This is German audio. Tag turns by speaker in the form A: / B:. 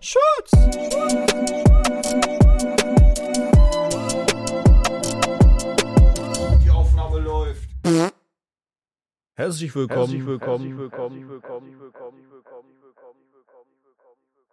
A: Schutz!
B: Die Aufnahme läuft.
A: Herzlich willkommen.
C: Herzlich willkommen. Herzlich willkommen. Herzlich willkommen.